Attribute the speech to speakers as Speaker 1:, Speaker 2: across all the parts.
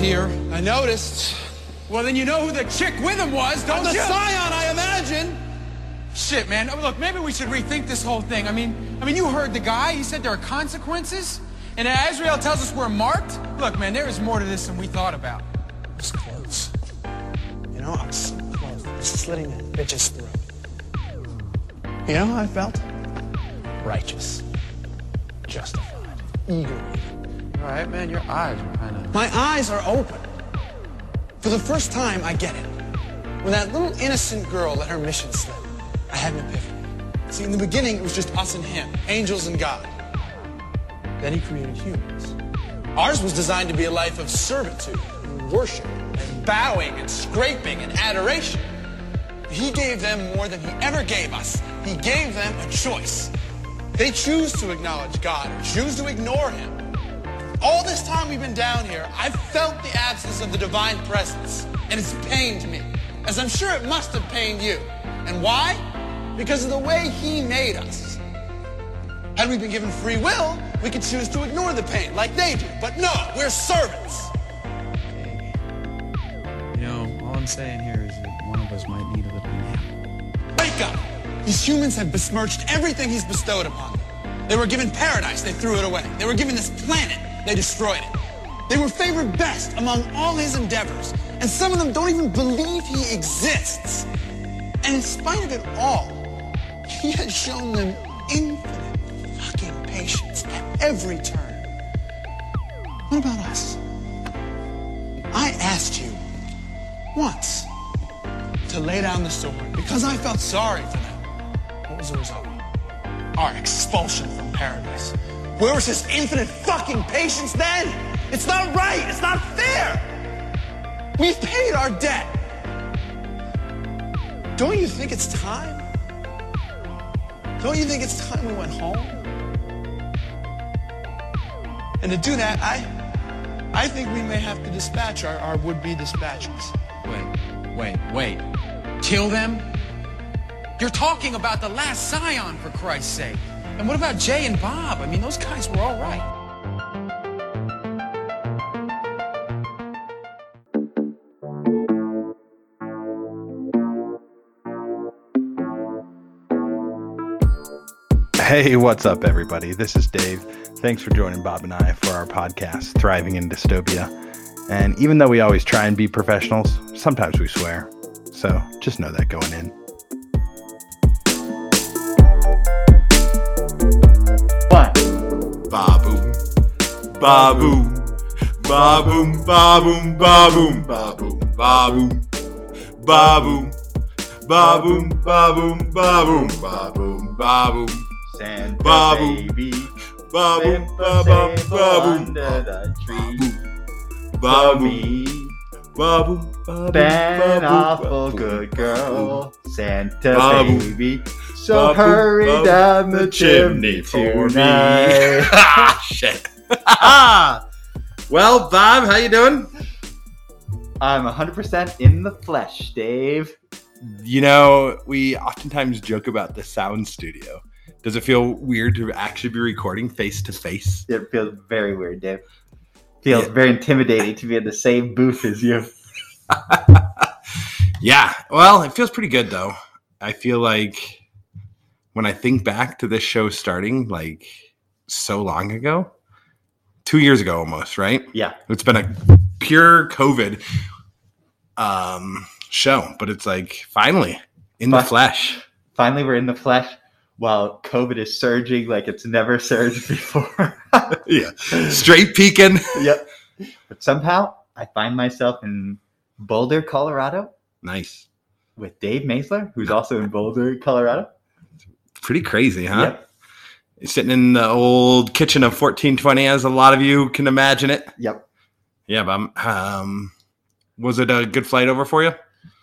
Speaker 1: here.
Speaker 2: I noticed. Well, then you know who the chick with him was, don't
Speaker 1: I'm the
Speaker 2: you?
Speaker 1: scion, I imagine.
Speaker 2: Shit, man. Oh, Look, maybe we should rethink this whole thing. I mean, I mean, you heard the guy. He said there are consequences, and Azrael tells us we're marked. Look, man, there is more to this than we thought about.
Speaker 3: It was close. You know, I was so close to slitting that bitch's throat. You know how I felt? Righteous. Justified. Eagerly.
Speaker 2: All right, man, your eyes are kind of.
Speaker 3: My eyes are open. For the first time, I get it. When that little innocent girl let her mission slip, I had an epiphany. See, in the beginning, it was just us and him, angels and God. Then he created humans. Ours was designed to be a life of servitude, and worship, and bowing, and scraping, and adoration. He gave them more than he ever gave us. He gave them a choice. They choose to acknowledge God or choose to ignore him. All this time we've been down here, I've felt the absence of the divine presence, and it's pained me, as I'm sure it must have pained you. And why? Because of the way he made us. Had we been given free will, we could choose to ignore the pain like they do. But no, we're servants.
Speaker 4: You know, all I'm saying here is that one of us might need a little nap.
Speaker 3: Wake up! These humans have besmirched everything he's bestowed upon them. They were given paradise, they threw it away. They were given this planet, they destroyed it. They were favored best among all his endeavors, and some of them don't even believe he exists. And in spite of it all, he has shown them infinite fucking patience at every turn. What about us? I asked you once to lay down the sword because I felt sorry for them. What was the result? Our expulsion from paradise. Where was his infinite fucking patience then? It's not right. It's not fair. We've paid our debt. Don't you think it's time? Don't you think it's time we went home? And to do that, I, I think we may have to dispatch our, our would-be dispatchers.
Speaker 2: Wait, wait, wait. Kill them? You're talking about the last Scion, for Christ's sake. And what about Jay and Bob? I mean, those guys were all right.
Speaker 5: Hey, what's up, everybody? This is Dave. Thanks for joining Bob and I for our podcast, Thriving in Dystopia. And even though we always try and be professionals, sometimes we swear. So just know that going in.
Speaker 6: Ba-boom. Ba-boom. Ba-boom. Ba-boom. Ba-boom. Ba-boom. Ba-boom. Ba-boom. Ba-boom. Ba-boom. Ba-boom. Ba-boom. Ba-boom.
Speaker 7: Santa
Speaker 6: Babu.
Speaker 7: baby,
Speaker 6: Ba-boom.
Speaker 7: Santa
Speaker 6: Ba-boom.
Speaker 7: Santa
Speaker 6: Ba-boom.
Speaker 7: under the tree. For
Speaker 6: Ba-boom.
Speaker 7: me,
Speaker 6: Ba-boom. Ba-boom.
Speaker 7: been
Speaker 6: Ba-boom.
Speaker 7: awful
Speaker 6: Ba-boom.
Speaker 7: good girl, Santa
Speaker 6: Babu.
Speaker 7: baby. So
Speaker 6: Babu,
Speaker 7: hurry
Speaker 6: Babu,
Speaker 7: down the chimney tonight.
Speaker 6: ah, shit. well, Bob, how you doing?
Speaker 7: I'm 100% in the flesh, Dave.
Speaker 5: You know, we oftentimes joke about the sound studio. Does it feel weird to actually be recording face to face?
Speaker 7: It feels very weird, Dave. Feels
Speaker 5: Yeah.
Speaker 7: very intimidating to be in the same booth as you.
Speaker 5: Yeah. Well, it feels pretty good though. I feel like when I think back to this show starting like so long ago, two years ago almost, right?
Speaker 7: Yeah.
Speaker 5: It's been a pure COVID um show, but it's like finally in the
Speaker 7: Fi-
Speaker 5: flesh.
Speaker 7: Finally, we're in the flesh while COVID is surging like it's never surged before.
Speaker 5: Yeah. Straight peeking.
Speaker 7: yep. But somehow I find myself in Boulder, Colorado
Speaker 5: Nice.
Speaker 7: with Dave Maisler, who's also in Boulder, Colorado.
Speaker 5: Pretty crazy, huh?
Speaker 7: Yep.
Speaker 5: Sitting in the old kitchen of 1420 as a lot of you can imagine it.
Speaker 7: Yep.
Speaker 5: Yeah, but i um was it a good flight over for you?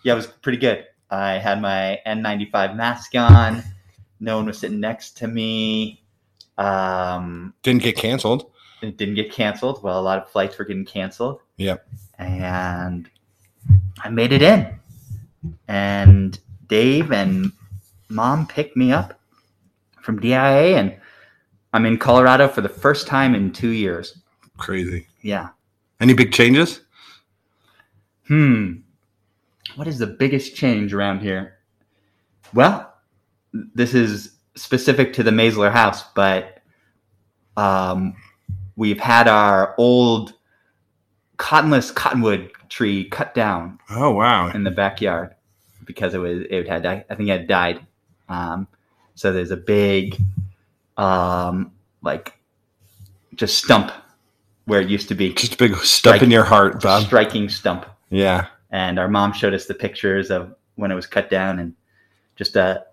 Speaker 7: Yeah, it was pretty good. I had my N95 mask on. No one was sitting next to me. Um,
Speaker 5: Didn't get canceled.
Speaker 7: it didn't get canceled. Well, a lot of flights were getting canceled.
Speaker 5: Yep.
Speaker 7: And I made it in. And Dave and mom picked me up from DIA, and I'm in Colorado for the first time in two years.
Speaker 5: Crazy.
Speaker 7: Yeah.
Speaker 5: Any big changes?
Speaker 7: hmm, what is the biggest change around here? Well, this is specific to the Maisler house, but um, we've had our old cottonless cottonwood tree cut down
Speaker 5: Oh wow.
Speaker 7: in the backyard because it was it had I think it had died. Um, so there's a big, um, like, just stump where it used to be,
Speaker 5: Just a big stuff in
Speaker 7: Like-
Speaker 5: your heart, Bob.
Speaker 7: striking stump.
Speaker 5: Yeah.
Speaker 7: And our mom showed us the pictures of when it was cut down, and just a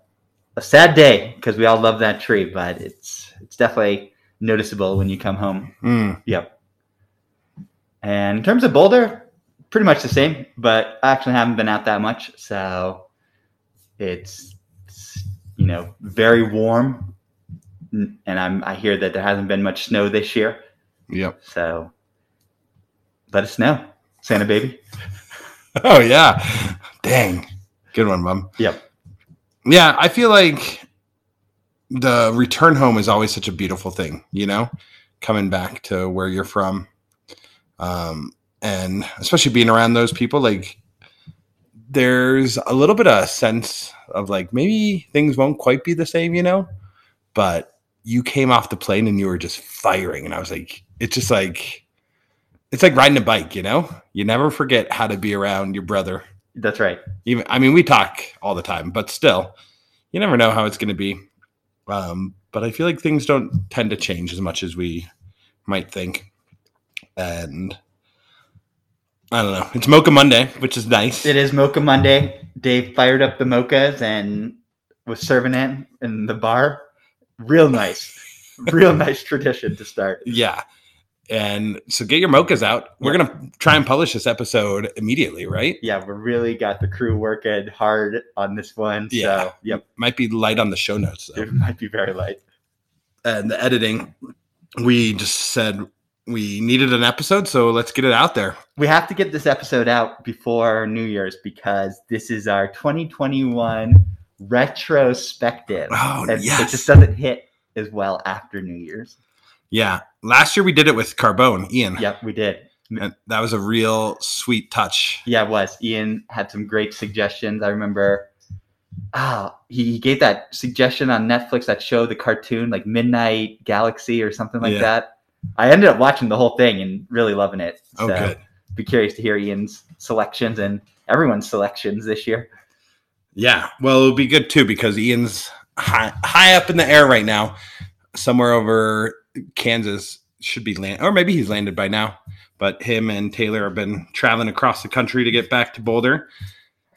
Speaker 7: a sad day because we all love that tree, but it's it's definitely noticeable when you come home
Speaker 5: Mm.
Speaker 7: Yep. And in terms of Boulder, pretty much the same, but I actually haven't been out that much, so it's, it's, you know very warm, N- and I'm I hear that there hasn't been much snow this year,
Speaker 5: Yep.
Speaker 7: so let us know, Santa baby.
Speaker 5: Oh yeah. Dang. Good one, Bob.
Speaker 7: Yep.
Speaker 5: Yeah, I feel like the return home is always such a beautiful thing, you know, coming back to where you're from. Um, and especially being around those people, like there's a little bit of a sense of like maybe things won't quite be the same, you know, but you came off the plane and you were just firing. And I was like, it's just like, it's like riding a bike, you know, you never forget how to be around your brother
Speaker 7: That's right.
Speaker 5: even I mean we talk all the time, but still, you never know how it's going to be. Um, but I feel like things don't tend to change as much as we might think, and I don't know. It's Mocha Monday, which is nice.
Speaker 7: It is Mocha Monday. Dave fired up the mochas and was serving it in the bar. Real nice, real nice tradition to start.
Speaker 5: Yeah, and so get your mochas out. We're gonna try and publish this episode immediately, right?
Speaker 7: yeah, we really got the crew working hard on this one.
Speaker 5: Yeah.
Speaker 7: So, yep,
Speaker 5: Might be light on the show notes though.
Speaker 7: it might be very light.
Speaker 5: and the editing. We just said we needed an episode, so let's get it out there.
Speaker 7: We have to get this episode out before New Year's because this is our 2021 retrospective.
Speaker 5: Oh
Speaker 7: And It
Speaker 5: yes,
Speaker 7: just doesn't hit as well after New Year's.
Speaker 5: Yeah. Last year we did it with Carbone, Ian.
Speaker 7: Yep, we did.
Speaker 5: And that was a real sweet touch.
Speaker 7: Yeah, it was. Ian had some great suggestions. I remember ah, he he gave that suggestion on Netflix that show the cartoon like Midnight Galaxy or something like
Speaker 5: Yeah.
Speaker 7: that. I ended up watching the whole thing and really loving it.
Speaker 5: Oh, good.
Speaker 7: be curious to hear Ian's selections and everyone's selections this year.
Speaker 5: Yeah. Well, it'll be good too because Ian's high, high up in the air right now, somewhere over Kansas should be land, or maybe he's landed by now. But him and Taylor have been traveling across the country to get back to Boulder.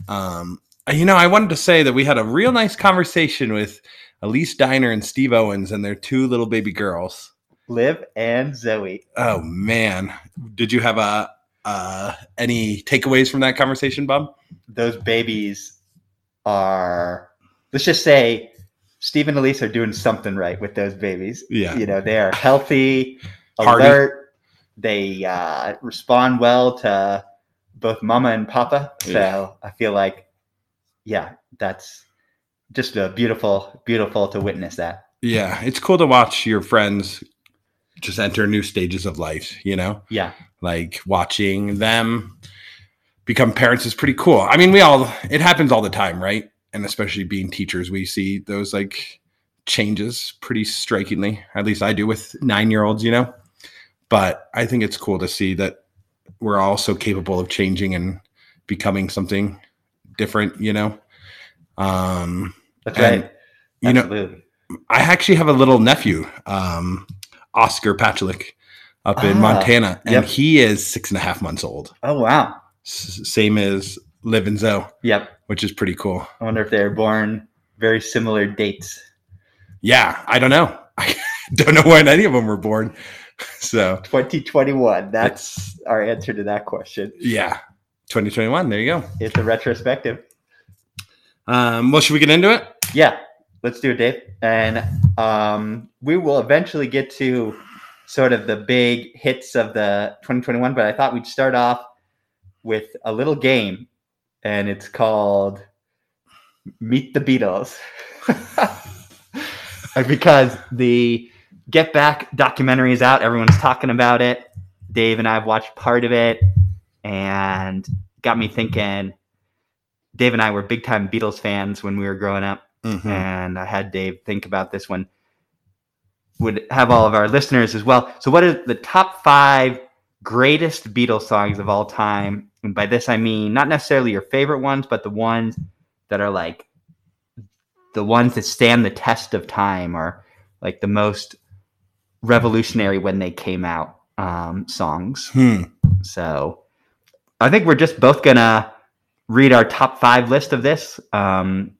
Speaker 5: Um, you know, I wanted to say that we had a real nice conversation with Elise Diner and Steve Owens and their two little baby girls.
Speaker 7: Liv and Zoe.
Speaker 5: Oh man, did you have a uh, any takeaways from that conversation, Bob?
Speaker 7: Those babies are let's just say Steve and Elise are doing something right with those babies.
Speaker 5: Yeah.
Speaker 7: You know, they are healthy,
Speaker 5: Hardy.
Speaker 7: alert, they uh, respond well to both mama and papa. So
Speaker 5: Yeah.
Speaker 7: I feel like yeah, that's just a beautiful, beautiful to witness that.
Speaker 5: Yeah, it's cool to watch your friends just enter new stages of life. You know,
Speaker 7: Yeah.
Speaker 5: like watching them become parents is pretty cool. I mean, we all it happens all the time, right? And especially being teachers, we see those like changes pretty strikingly. At least I do with nine year olds, you know. But I think it's cool to see that we're all so capable of changing and becoming something different, you know. Um,
Speaker 7: That's
Speaker 5: And,
Speaker 7: right.
Speaker 5: you know,
Speaker 7: Absolutely.
Speaker 5: I actually have a little nephew, um, Oscar Patchalik, up in
Speaker 7: Ah,
Speaker 5: Montana, and
Speaker 7: yep.
Speaker 5: he is six and a half months old.
Speaker 7: Oh wow.
Speaker 5: S- same as Liv and Zoe,
Speaker 7: Yep.
Speaker 5: which is pretty cool.
Speaker 7: I wonder if they were born very similar dates.
Speaker 5: Yeah, I don't know. I don't know when any of them were born. So
Speaker 7: 2021. That's our answer to that question.
Speaker 5: yeah, 2021. There you go.
Speaker 7: It's a retrospective.
Speaker 5: Um, well, should we get into it?
Speaker 7: Yeah, let's do it, Dave. And um, we will eventually get to sort of the big hits of the 2021, but I thought we'd start off with a little game, and it's called Meet the Beatles. And because the Get Back documentary is out, everyone's talking about it. Dave and I have watched part of it, and got me thinking. Dave and I were big time Beatles fans when we were growing up,
Speaker 5: Mhm.
Speaker 7: and I had Dave think about this one. Would have all of our listeners as well. So, what are the top five greatest Beatles songs of all time? And by this, I mean not necessarily your favorite ones, but the ones that are like the ones that stand the test of time or like the most revolutionary when they came out um, songs.
Speaker 5: Hmm.
Speaker 7: So I think we're just both gonna read our top five list of this, um,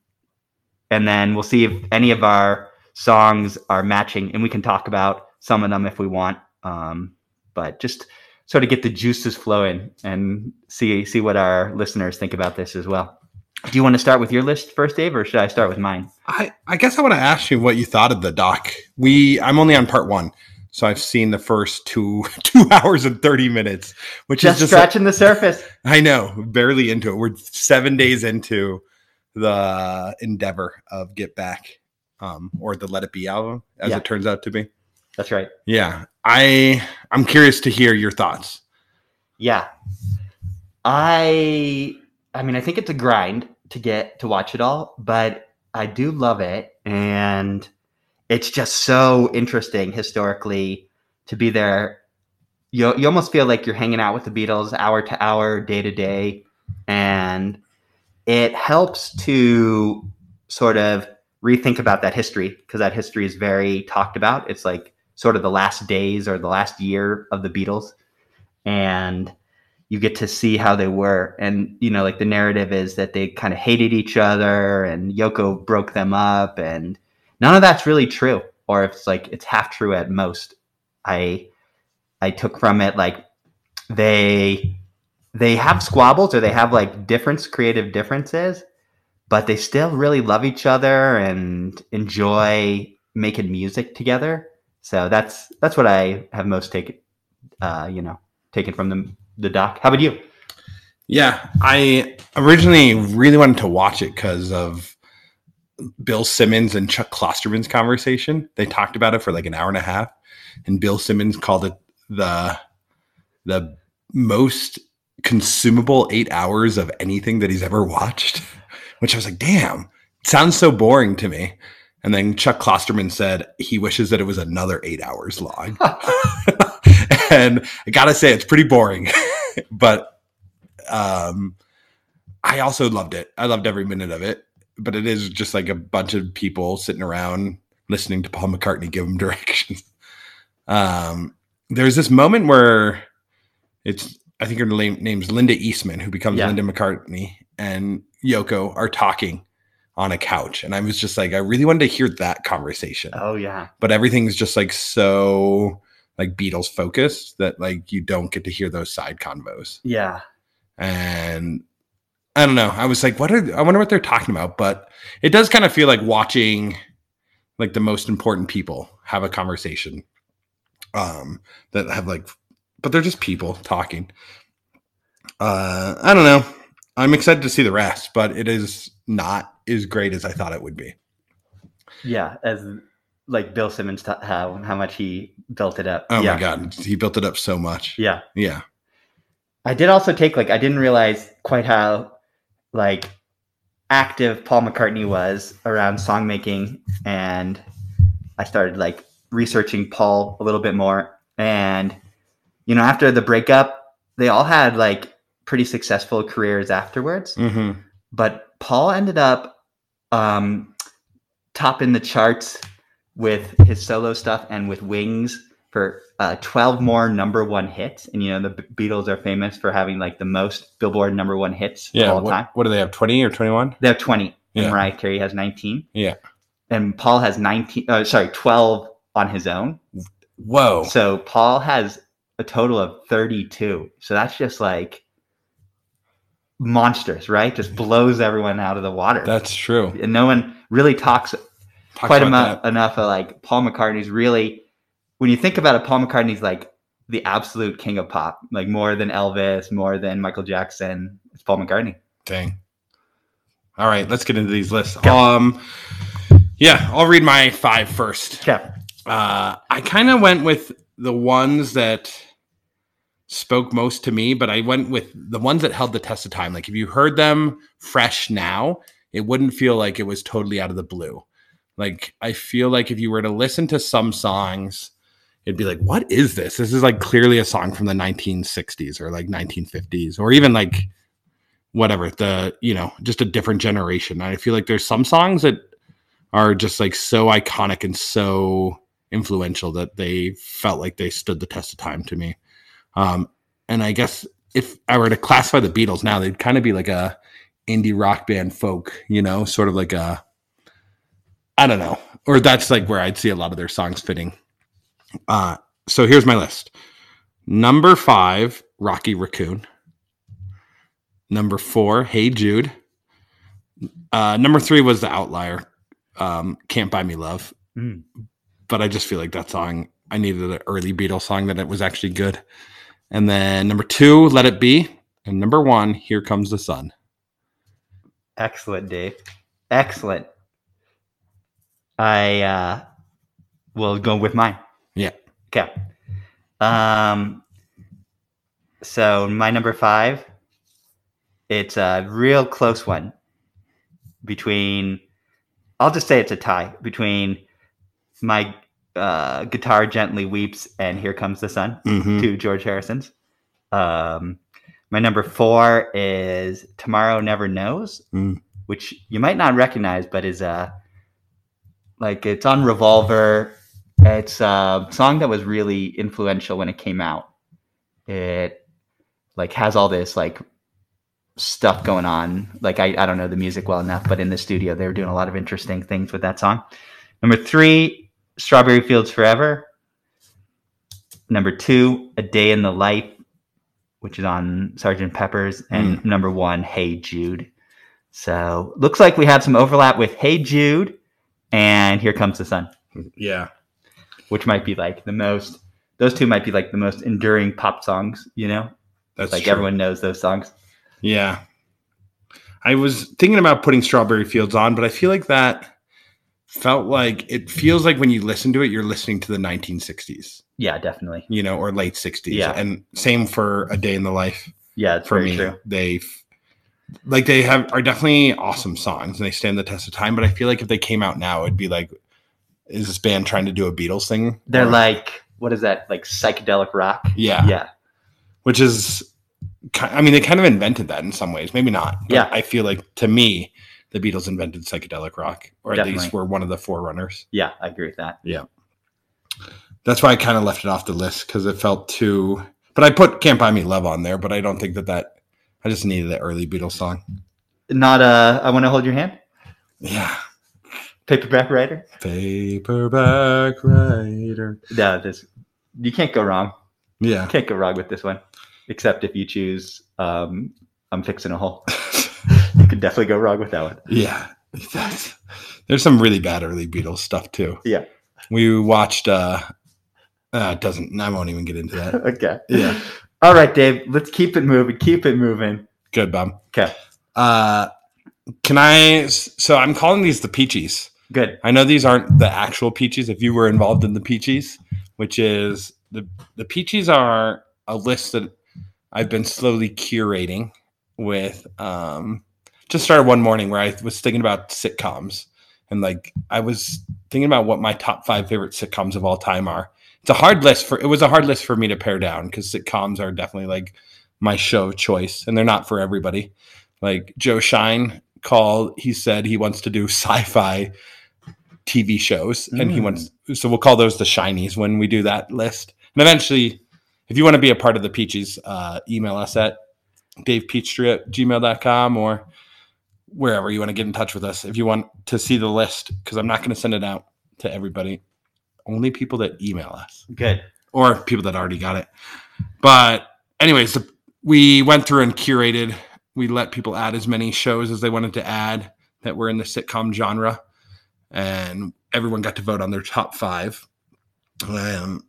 Speaker 7: and then we'll see if any of our songs are matching, and we can talk about some of them if we want. Um, but just sort of get the juices flowing and see see what our listeners think about this as well. Do you want to start with your list first, Dave, or should I start with mine?
Speaker 5: I, I guess I want to ask you what you thought of the doc. We I'm only on part one, so I've seen the first two two hours and thirty minutes, which
Speaker 7: Just,
Speaker 5: is just
Speaker 7: scratching the surface.
Speaker 5: I know barely into it. We're seven days into the endeavor of Get Back, um, or the Let It Be album, as
Speaker 7: Yeah.
Speaker 5: it turns out to be.
Speaker 7: That's right.
Speaker 5: Yeah, I I'm curious to hear your thoughts.
Speaker 7: Yeah. I I mean I think it's a grind to get to watch it all, but I do love it and it's just so interesting historically to be there. You you almost feel like you're hanging out with the Beatles hour to hour, day to day and it helps to sort of rethink about that history because that history is very talked about. It's like sort of the last days or the last year of the Beatles and you get to see how they were and you know like the narrative is that they kind of hated each other and yoko broke them up and none of that's really true or if it's like it's half true at most i i took from it like they they have squabbles or they have like difference creative differences but they still really love each other and enjoy making music together so that's that's what i have most taken uh you know taken from the the doc. How about you?
Speaker 5: Yeah, I originally really wanted to watch it because of Bill Simmons and Chuck Klosterman's conversation. They talked about it for like an hour and a half, and Bill Simmons called it the the most consumable eight hours of anything that he's ever watched. Which I was like, damn, it sounds so boring to me. And then Chuck Klosterman said he wishes that it was another eight hours long. and I gotta say, it's pretty boring, but um i also loved it i loved every minute of it but it is just like a bunch of people sitting around listening to paul mccartney give them directions um there's this moment where it's i think her name, name's linda eastman who becomes
Speaker 7: Yeah.
Speaker 5: linda mccartney and yoko are talking on a couch and i was just like i really wanted to hear that conversation
Speaker 7: Oh yeah,
Speaker 5: but everything's just like so like beatles focused that like you don't get to hear those side convos
Speaker 7: yeah,
Speaker 5: and I don't know. I was like, what are I wonder what they're talking about, but it does kind of feel like watching like the most important people have a conversation. Um that have like but they're just people talking. Uh I don't know. I'm excited to see the rest, but it is not as great as I thought it would be.
Speaker 7: yeah. As like Bill Simmons, t- how how much he built it up.
Speaker 5: Oh
Speaker 7: yeah.
Speaker 5: my god, he built it up so much.
Speaker 7: Yeah,
Speaker 5: Yeah.
Speaker 7: I did also take like I didn't realize quite how like active Paul McCartney was around song making, and I started like researching Paul a little bit more. And you know, after the breakup, they all had like pretty successful careers afterwards.
Speaker 5: Mm-hmm.
Speaker 7: but Paul ended up um, topping the charts with his solo stuff and with Wings for uh, 12 more number one hits. And you know, the B- Beatles are famous for having like the most Billboard number one hits
Speaker 5: Yeah.
Speaker 7: of all time.
Speaker 5: What, what do they have? 20 or 21?
Speaker 7: They have 20,
Speaker 5: Yeah.
Speaker 7: and Mariah Carey has 19.
Speaker 5: Yeah.
Speaker 7: And Paul has 19, uh, sorry, 12 on his own.
Speaker 5: Whoa.
Speaker 7: So Paul has a total of 32. So that's just like monsters, right? Just blows everyone out of the water
Speaker 5: That's true.
Speaker 7: and no one really talks
Speaker 5: Talk
Speaker 7: quite
Speaker 5: about
Speaker 7: amo-
Speaker 5: that.
Speaker 7: enough of like Paul McCartney's really when you think about it, Paul McCartney's like the absolute king of pop, like more than Elvis, more than Michael Jackson. It's Paul McCartney.
Speaker 5: Dang. All right, let's get into these lists. Um, yeah, I'll read my five first.
Speaker 7: Yeah.
Speaker 5: Uh, I kind of went with the ones that spoke most to me, but I went with the ones that held the test of time. Like if you heard them fresh now, it wouldn't feel like it was totally out of the blue. Like I feel like if you were to listen to some songs, it'd be like, what is this? This is like clearly a song from the 1960s or like 1950s or even like whatever the you know just a different generation. I feel like there's some songs that are just like so iconic and so influential that they felt like they stood the test of time to me. Um, and I guess if I were to classify the Beatles now, they'd kind of be like a indie rock band folk, you know, sort of like a I don't know, or that's like where I'd see a lot of their songs fitting. Uh, so here's my list: number five, Rocky Raccoon. Number four, Hey Jude. Uh, number three was The Outlier, um, Can't Buy Me Love.
Speaker 7: Mm.
Speaker 5: But I just feel like that song, I needed an early Beatles song that it was actually good. And then number two, Let It Be. And number one, Here Comes the Sun.
Speaker 7: Excellent, Dave. Excellent. I uh, will go with mine.
Speaker 5: Yeah.
Speaker 7: Okay. Um, so my number five, it's a real close one between, I'll just say it's a tie between my uh, guitar gently weeps and here comes the sun
Speaker 5: Mhm.
Speaker 7: to George Harrison's. Um, my number four is Tomorrow Never Knows,
Speaker 5: Mm.
Speaker 7: which you might not recognize, but is uh, like it's on Revolver. It's a song that was really influential when it came out. It like has all this like stuff going on. Like I, I don't know the music well enough, but in the studio they were doing a lot of interesting things with that song. Number three, Strawberry Fields Forever. Number two, A Day in the Life, which is on Sergeant Pepper's, and
Speaker 5: Mm.
Speaker 7: number one, Hey Jude. So looks like we have some overlap with Hey Jude and Here Comes the Sun,
Speaker 5: Yeah.
Speaker 7: which might be like the most. Those two might be like the most enduring pop songs, you know.
Speaker 5: That's
Speaker 7: like
Speaker 5: true.
Speaker 7: everyone knows those songs.
Speaker 5: Yeah. I was thinking about putting Strawberry Fields on, but I feel like that felt like it feels like when you listen to it, you're listening to the 1960s,
Speaker 7: Yeah, definitely.
Speaker 5: you know, or late 60s.
Speaker 7: Yeah.
Speaker 5: And same for A Day in the Life
Speaker 7: Yeah, it's
Speaker 5: for
Speaker 7: very
Speaker 5: me.
Speaker 7: true.
Speaker 5: They f- like they have are definitely awesome songs and they stand the test of time, but I feel like if they came out now, it'd be like is this band trying to do a Beatles thing?
Speaker 7: They're
Speaker 5: Or-
Speaker 7: like what is that? Like psychedelic rock.
Speaker 5: yeah,
Speaker 7: yeah.
Speaker 5: which is ki- I mean they kind of invented that in some ways, maybe not. but
Speaker 7: Yeah.
Speaker 5: I feel like to me the Beatles invented psychedelic rock or at least
Speaker 7: Definitely.
Speaker 5: were one of the forerunners.
Speaker 7: Yeah, I agree with that.
Speaker 5: That's why I kind of left it off the list cuz it felt too but I put Can't Buy Me Love on there, but I don't think that that I just needed an early Beatles song.
Speaker 7: Not uh I want to hold your hand.
Speaker 5: Yeah.
Speaker 7: Paperback writer.
Speaker 5: Paperback writer.
Speaker 7: No, this you can't go wrong.
Speaker 5: Yeah.
Speaker 7: Can't go wrong with this one, except if you choose. Um, I'm fixing a hole. you could definitely go wrong with that one.
Speaker 5: Yeah. That's, there's some really bad early Beatles stuff too.
Speaker 7: Yeah.
Speaker 5: We watched uh uh it doesn't I won't even get into that.
Speaker 7: Okay.
Speaker 5: Yeah.
Speaker 7: All right, Dave. Let's keep it moving. Keep it moving.
Speaker 5: Good, Bob.
Speaker 7: 'Kay.
Speaker 5: Uh can I so I'm calling these the peaches.
Speaker 7: Good.
Speaker 5: I know these aren't the actual peaches if you were involved in the peaches, which is the the peaches are a list that I've been slowly curating with um just started one morning where I was thinking about sitcoms and like I was thinking about what my top 5 favorite sitcoms of all time are. It's a hard list for it was a hard list for me to pare down cuz sitcoms are definitely like my show choice and they're not for everybody. Like Joe Shine called he said he wants to do sci-fi TV shows and he
Speaker 7: Mm.
Speaker 5: wants so we'll call those the shinies when we do that list. And eventually if you want to be a part of the peaches, uh, email us at davepeachtree at gmail.com or wherever you want to get in touch with us. If you want to see the list, because I'm not going to send it out to everybody, only people that email us
Speaker 7: Good.
Speaker 5: or people that already got it. But, anyways, the, we went through and curated. We let people add as many shows as they wanted to add that were in the sitcom genre, and everyone got to vote on their top five. Um,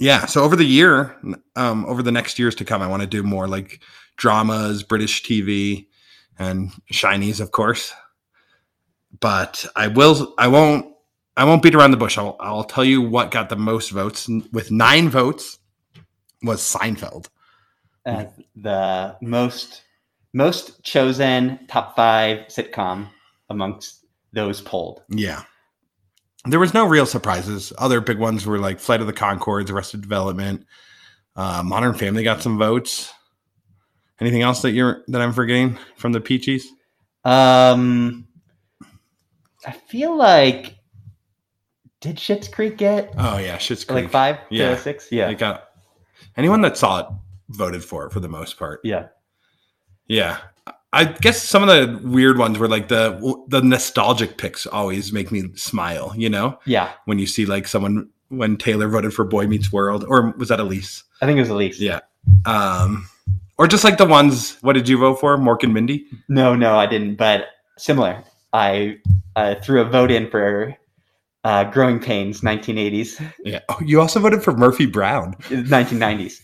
Speaker 5: yeah. So over the year, um, over the next years to come, I want to do more like dramas, British TV, and shinies, of course. But I will. I won't I won't beat around the bush. I'll, I'll tell you what got the most votes N- with nine votes was Seinfeld.
Speaker 7: uh, the most most chosen top five sitcom amongst those polled.
Speaker 5: Yeah. There was no real surprises. Other big ones were like Flight of the Concords, Arrested Development, uh, Modern Family got some votes. Anything else that you're that I'm forgetting from the Peaches?
Speaker 7: Um, I feel like did Shit's Creek get
Speaker 5: Oh yeah, shit's Creek.
Speaker 7: like five
Speaker 5: Yeah.
Speaker 7: to six? Yeah,
Speaker 5: It got anyone that saw it voted for it for the most part.
Speaker 7: yeah.
Speaker 5: Yeah. I guess some of the weird ones were like the the nostalgic picks always make me smile, you know?
Speaker 7: Yeah,
Speaker 5: When you see like someone when Taylor voted for Boy Meets World or was that Elise?
Speaker 7: I think it was Elise.
Speaker 5: Yeah. Um or just like the ones what did you vote for? Mork and Mindy?
Speaker 7: No, no, I didn't. But similar, I uh, threw a vote in for uh, Growing Pains, 1980s,
Speaker 5: Yeah. Oh, you also voted for Murphy Brown.
Speaker 7: 1990s.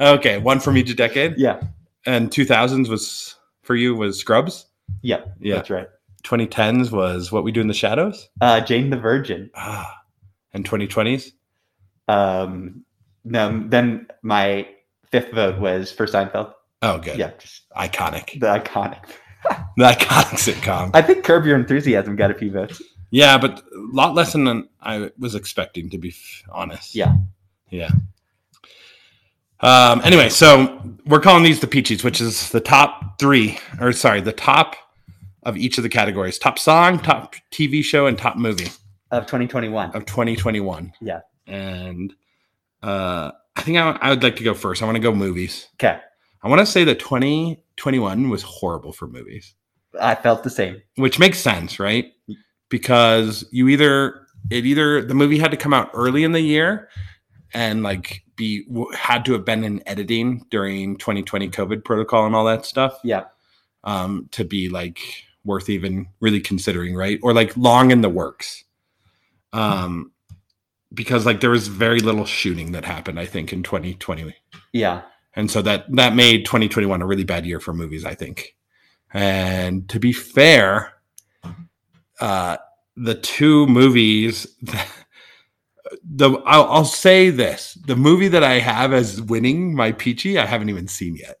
Speaker 5: Okay, one from each decade.
Speaker 7: Yeah,
Speaker 5: And 2000s was for you was Scrubs.
Speaker 7: yeah,
Speaker 5: Yeah.
Speaker 7: that's right.
Speaker 5: 2010s was What We Do in the Shadows.
Speaker 7: Uh, Jane the Virgin.
Speaker 5: Ah, and 2020s.
Speaker 7: Um, no, then my fifth vote was for Seinfeld.
Speaker 5: Oh, good.
Speaker 7: Yeah, just
Speaker 5: Iconic.
Speaker 7: the iconic.
Speaker 5: The iconic sitcom.
Speaker 7: I think Curb Your Enthusiasm got a few votes.
Speaker 5: Yeah, but a lot less than I was expecting, to be f- honest.
Speaker 7: Yeah.
Speaker 5: Yeah. Um, anyway, so we're calling these the Peaches, which is the top three, or sorry, the top of each of the categories top song, top TV show, and top movie
Speaker 7: Of 2021.
Speaker 5: of 2021.
Speaker 7: Yeah.
Speaker 5: And uh, I think I, I would like to go first. I want to go movies.
Speaker 7: Okay.
Speaker 5: I want to say that 2021 was horrible for movies.
Speaker 7: I felt the same.
Speaker 5: which makes sense, right? Because you either it either the movie had to come out early in the year and like be w- had to have been in editing during 2020 COVID protocol and all that stuff
Speaker 7: Yeah.
Speaker 5: um, to be like worth even really considering, right? Or like long in the works, um, because like there was very little shooting that happened, I think, in 2020
Speaker 7: Yeah.
Speaker 5: and so that that made 2021 a really bad year for movies i think and to be fair uh the two movies the I'll, I'll say this the movie that i have as winning my peachy i haven't even seen yet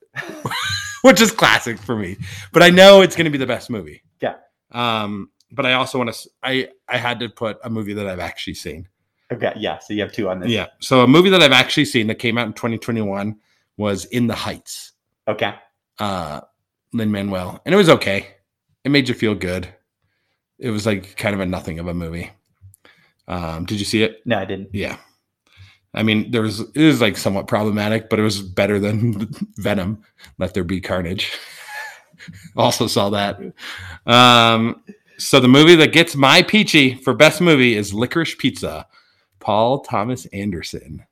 Speaker 5: which is classic for me but i know it's going to be the best movie
Speaker 7: Yeah.
Speaker 5: um but i also want to i i had to put a movie that i've actually seen
Speaker 7: Okay. Yeah. So you have two on this.
Speaker 5: yeah so a movie that i've actually seen that came out in 2021 was in the heights
Speaker 7: Okay.
Speaker 5: uh Lin Manuel, and it was okay. It made you feel good. It was like kind of a nothing of a movie. Um, did you see it?
Speaker 7: No, I didn't.
Speaker 5: Yeah. I mean, there was it was like somewhat problematic, but it was better than Venom. Let there be carnage. also saw that. Um, so the movie that gets my peachy for best movie is Licorice Pizza, Paul Thomas Anderson.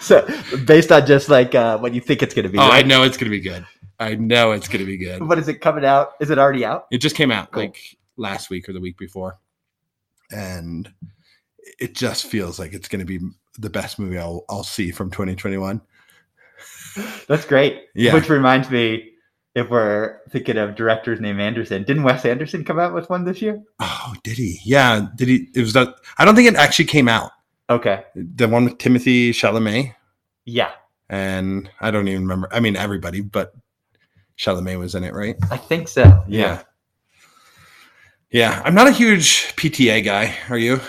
Speaker 7: so based on just like uh, what you think it's going to be.
Speaker 5: Oh, I
Speaker 7: right?
Speaker 5: know it's gonna be good. I know it's gonna be good.
Speaker 7: But is it coming out? Is it already out?
Speaker 5: It just came out
Speaker 7: Cool.
Speaker 5: like last week or the week before. And it just feels like it's going to be the best movie I'll, I'll see from 2021.
Speaker 7: That's great.
Speaker 5: Yeah.
Speaker 7: Which reminds me, if we're thinking of directors named Anderson, didn't Wes Anderson come out with one this year?
Speaker 5: Oh, did he? Yeah. Did he? It was that. I don't think it actually came out.
Speaker 7: Okay.
Speaker 5: The one with Timothy Chalamet.
Speaker 7: Yeah.
Speaker 5: And I don't even remember. I mean, everybody, but Chalamet was in it, right?
Speaker 7: I think so.
Speaker 5: Yeah. Yeah. I'm not a huge PTA guy. Are you?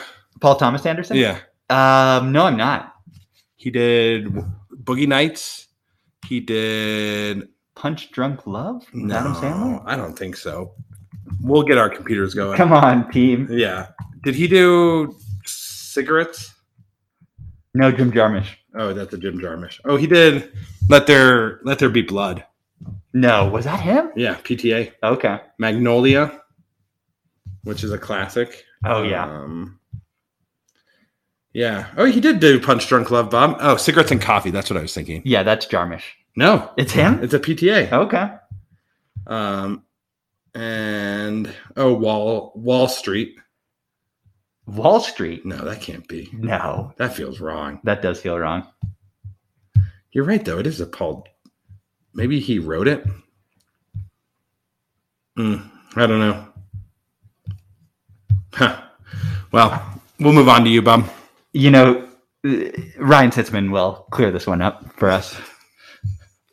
Speaker 7: Paul Thomas Anderson?
Speaker 5: Yeah.
Speaker 7: Um, no, I'm not.
Speaker 5: He did Boogie Nights. He did
Speaker 7: Punch Drunk Love? Adam Sandler?
Speaker 5: I don't think so. We'll get our computers going.
Speaker 7: Come on, team.
Speaker 5: Yeah. Did he do cigarettes?
Speaker 7: No Jim Jarmusch.
Speaker 5: Oh, that's a Jim Jarmusch. Oh, he did. Let there let there be blood.
Speaker 7: No, was that him?
Speaker 5: Yeah, PTA
Speaker 7: Okay.
Speaker 5: Magnolia, which is a classic.
Speaker 7: Oh, yeah.
Speaker 5: Um, yeah. Oh, he did do Punch Drunk Love Bomb. Oh, cigarettes and coffee. That's what I was thinking.
Speaker 7: Yeah, that's Jarmusch.
Speaker 5: No,
Speaker 7: It's him? Oh.
Speaker 5: it's a PTA.
Speaker 7: Okay.
Speaker 5: Um, and oh, Wall Wall Street.
Speaker 7: Wall Street?
Speaker 5: No, that can't be.
Speaker 7: No,
Speaker 5: That feels wrong.
Speaker 7: that does feel wrong.
Speaker 5: You're right, though. It is a Paul. Maybe he wrote it. Mm, I don't know. Huh. Well, we'll move on to you, Bum.
Speaker 7: You know, uh, Ryan Sitzman will clear this one up for us.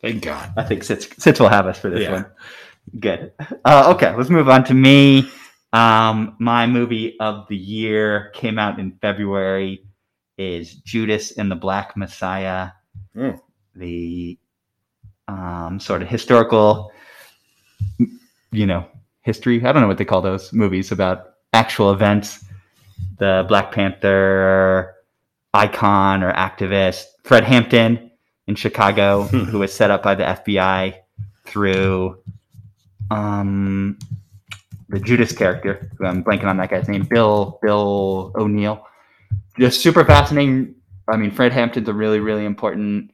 Speaker 5: Thank God.
Speaker 7: I think Sitz, Sitz will have us for this
Speaker 5: Yeah.
Speaker 7: one. Good. Uh, okay, let's move on to me. Um, my movie of the year came out in February. Is Judas and the Black Messiah,
Speaker 5: Mm.
Speaker 7: the um, sort of historical, you know, history. I don't know what they call those movies about actual events. The Black Panther icon or activist Fred Hampton in Chicago, who was set up by the FBI through um, the Judas character. who I'm blanking on that guy's name. Bill Bill O'Neill. Just super fascinating. I mean, Fred Hampton's a really really important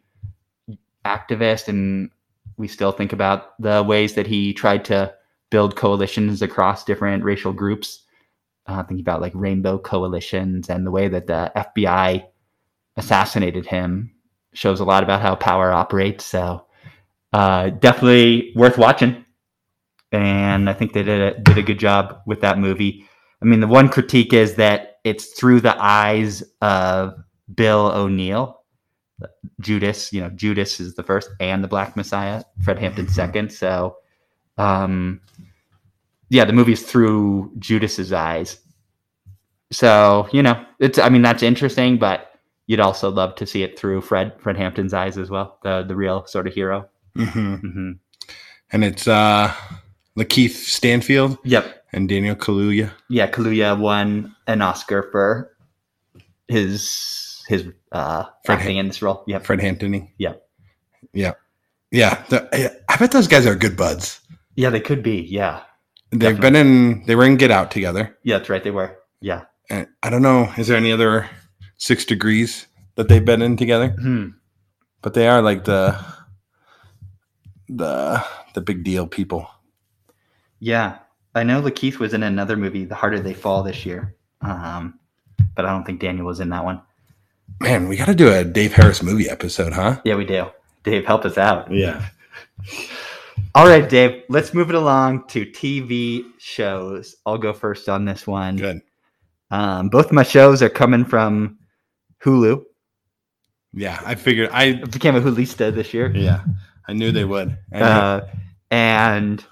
Speaker 7: activist, and we still think about the ways that he tried to build coalitions across different racial groups. Uh, thinking about like rainbow coalitions and the way that the FBI assassinated him shows a lot about how power operates. So uh, definitely worth watching. And I think they did a, did a good job with that movie. I mean, the one critique is that it's through the eyes of Bill O'Neill, Judas. You know, Judas is the first, and the Black Messiah, Fred Hampton second. So, um, yeah, the movie's through Judas's eyes. So you know, it's. I mean, that's interesting, but you'd also love to see it through Fred Fred Hampton's eyes as well, the the real sort of hero.
Speaker 5: hmm
Speaker 7: Mm-hmm.
Speaker 5: And it's uh, Lakeith Stanfield
Speaker 7: Yep.
Speaker 5: and Daniel Kaluuya.
Speaker 7: Yeah, Kaluuya won an Oscar for his his uh,
Speaker 5: Fred
Speaker 7: acting in this role. Yep.
Speaker 5: Fred Hampton.
Speaker 7: Yeah.
Speaker 5: Yeah. Yeah. The- yeah, I bet those guys are good buds.
Speaker 7: Yeah, they could be. Yeah.
Speaker 5: They've been in, they were in Get Out together.
Speaker 7: Yeah, that's right. They were. Yeah.
Speaker 5: And I don't know, is there any other six degrees that they've been in together?
Speaker 7: Hmm.
Speaker 5: But they are like the, the, the big deal people.
Speaker 7: Yeah. I know Lakeith was in another movie, The Harder They Fall, this year. Um, but I don't think Daniel was in that one.
Speaker 5: Man, we got to do a Dave Harris movie episode, huh?
Speaker 7: Yeah, we do. Dave, help us out.
Speaker 5: Yeah.
Speaker 7: All right, Dave, let's move it along to TV shows. I'll go first on this one.
Speaker 5: Good.
Speaker 7: Um, both of my shows are coming from Hulu.
Speaker 5: Yeah. I figured I,
Speaker 7: I became a Hulista this year.
Speaker 5: yeah, I knew they would. I knew-
Speaker 7: Uh, and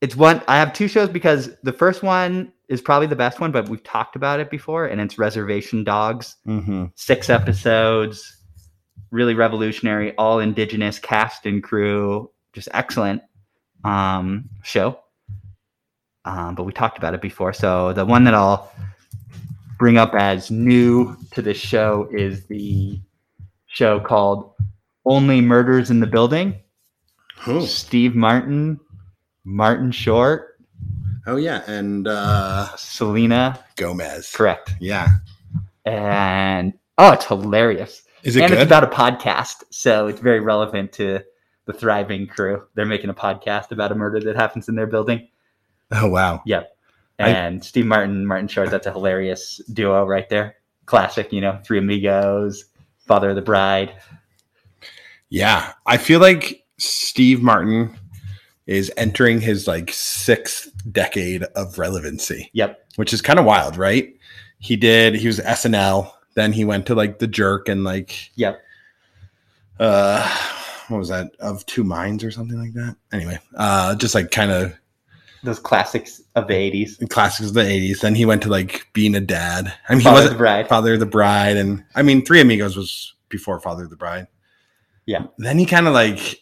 Speaker 7: it's one, I have two shows because the first one is probably the best one, but we've talked about it before, and it's Reservation Dogs.
Speaker 5: Mhm.
Speaker 7: Six episodes, really revolutionary, all indigenous cast and crew, just excellent um, show. Um, but we talked about it before. So the one that I'll bring up as new to this show is the show called Only Murders in the Building.
Speaker 5: Oh.
Speaker 7: Steve Martin, Martin Short,
Speaker 5: oh, yeah. And uh,
Speaker 7: Selena,
Speaker 5: Gomez.
Speaker 7: correct.
Speaker 5: Yeah.
Speaker 7: And oh, it's hilarious.
Speaker 5: Is it
Speaker 7: and
Speaker 5: good?
Speaker 7: it's about a podcast, so it's very relevant to the thriving crew. They're making a podcast about a murder that happens in their building.
Speaker 5: oh, wow. I-
Speaker 7: And Steve Martin, Martin Short, that's a hilarious duo right there. Classic, you know, Three Amigos, Father of the Bride.
Speaker 5: Yeah. I feel like Steve Martin is entering his like sixth decade of relevancy,
Speaker 7: Yep.
Speaker 5: which is kind of wild, right? He did, he was SNL, then he went to like The Jerk and like,
Speaker 7: Yep.
Speaker 5: uh, what was that? Of Two Minds or something like that. Anyway, uh, just like kind of
Speaker 7: Those classics of the 80s.
Speaker 5: classics of the 80s. Then he went to like being a dad. I mean, he
Speaker 7: Father of
Speaker 5: wasn't
Speaker 7: the Bride.
Speaker 5: Father of the Bride, and I mean, Three Amigos was before Father of the Bride.
Speaker 7: Yeah.
Speaker 5: Then he kind of like,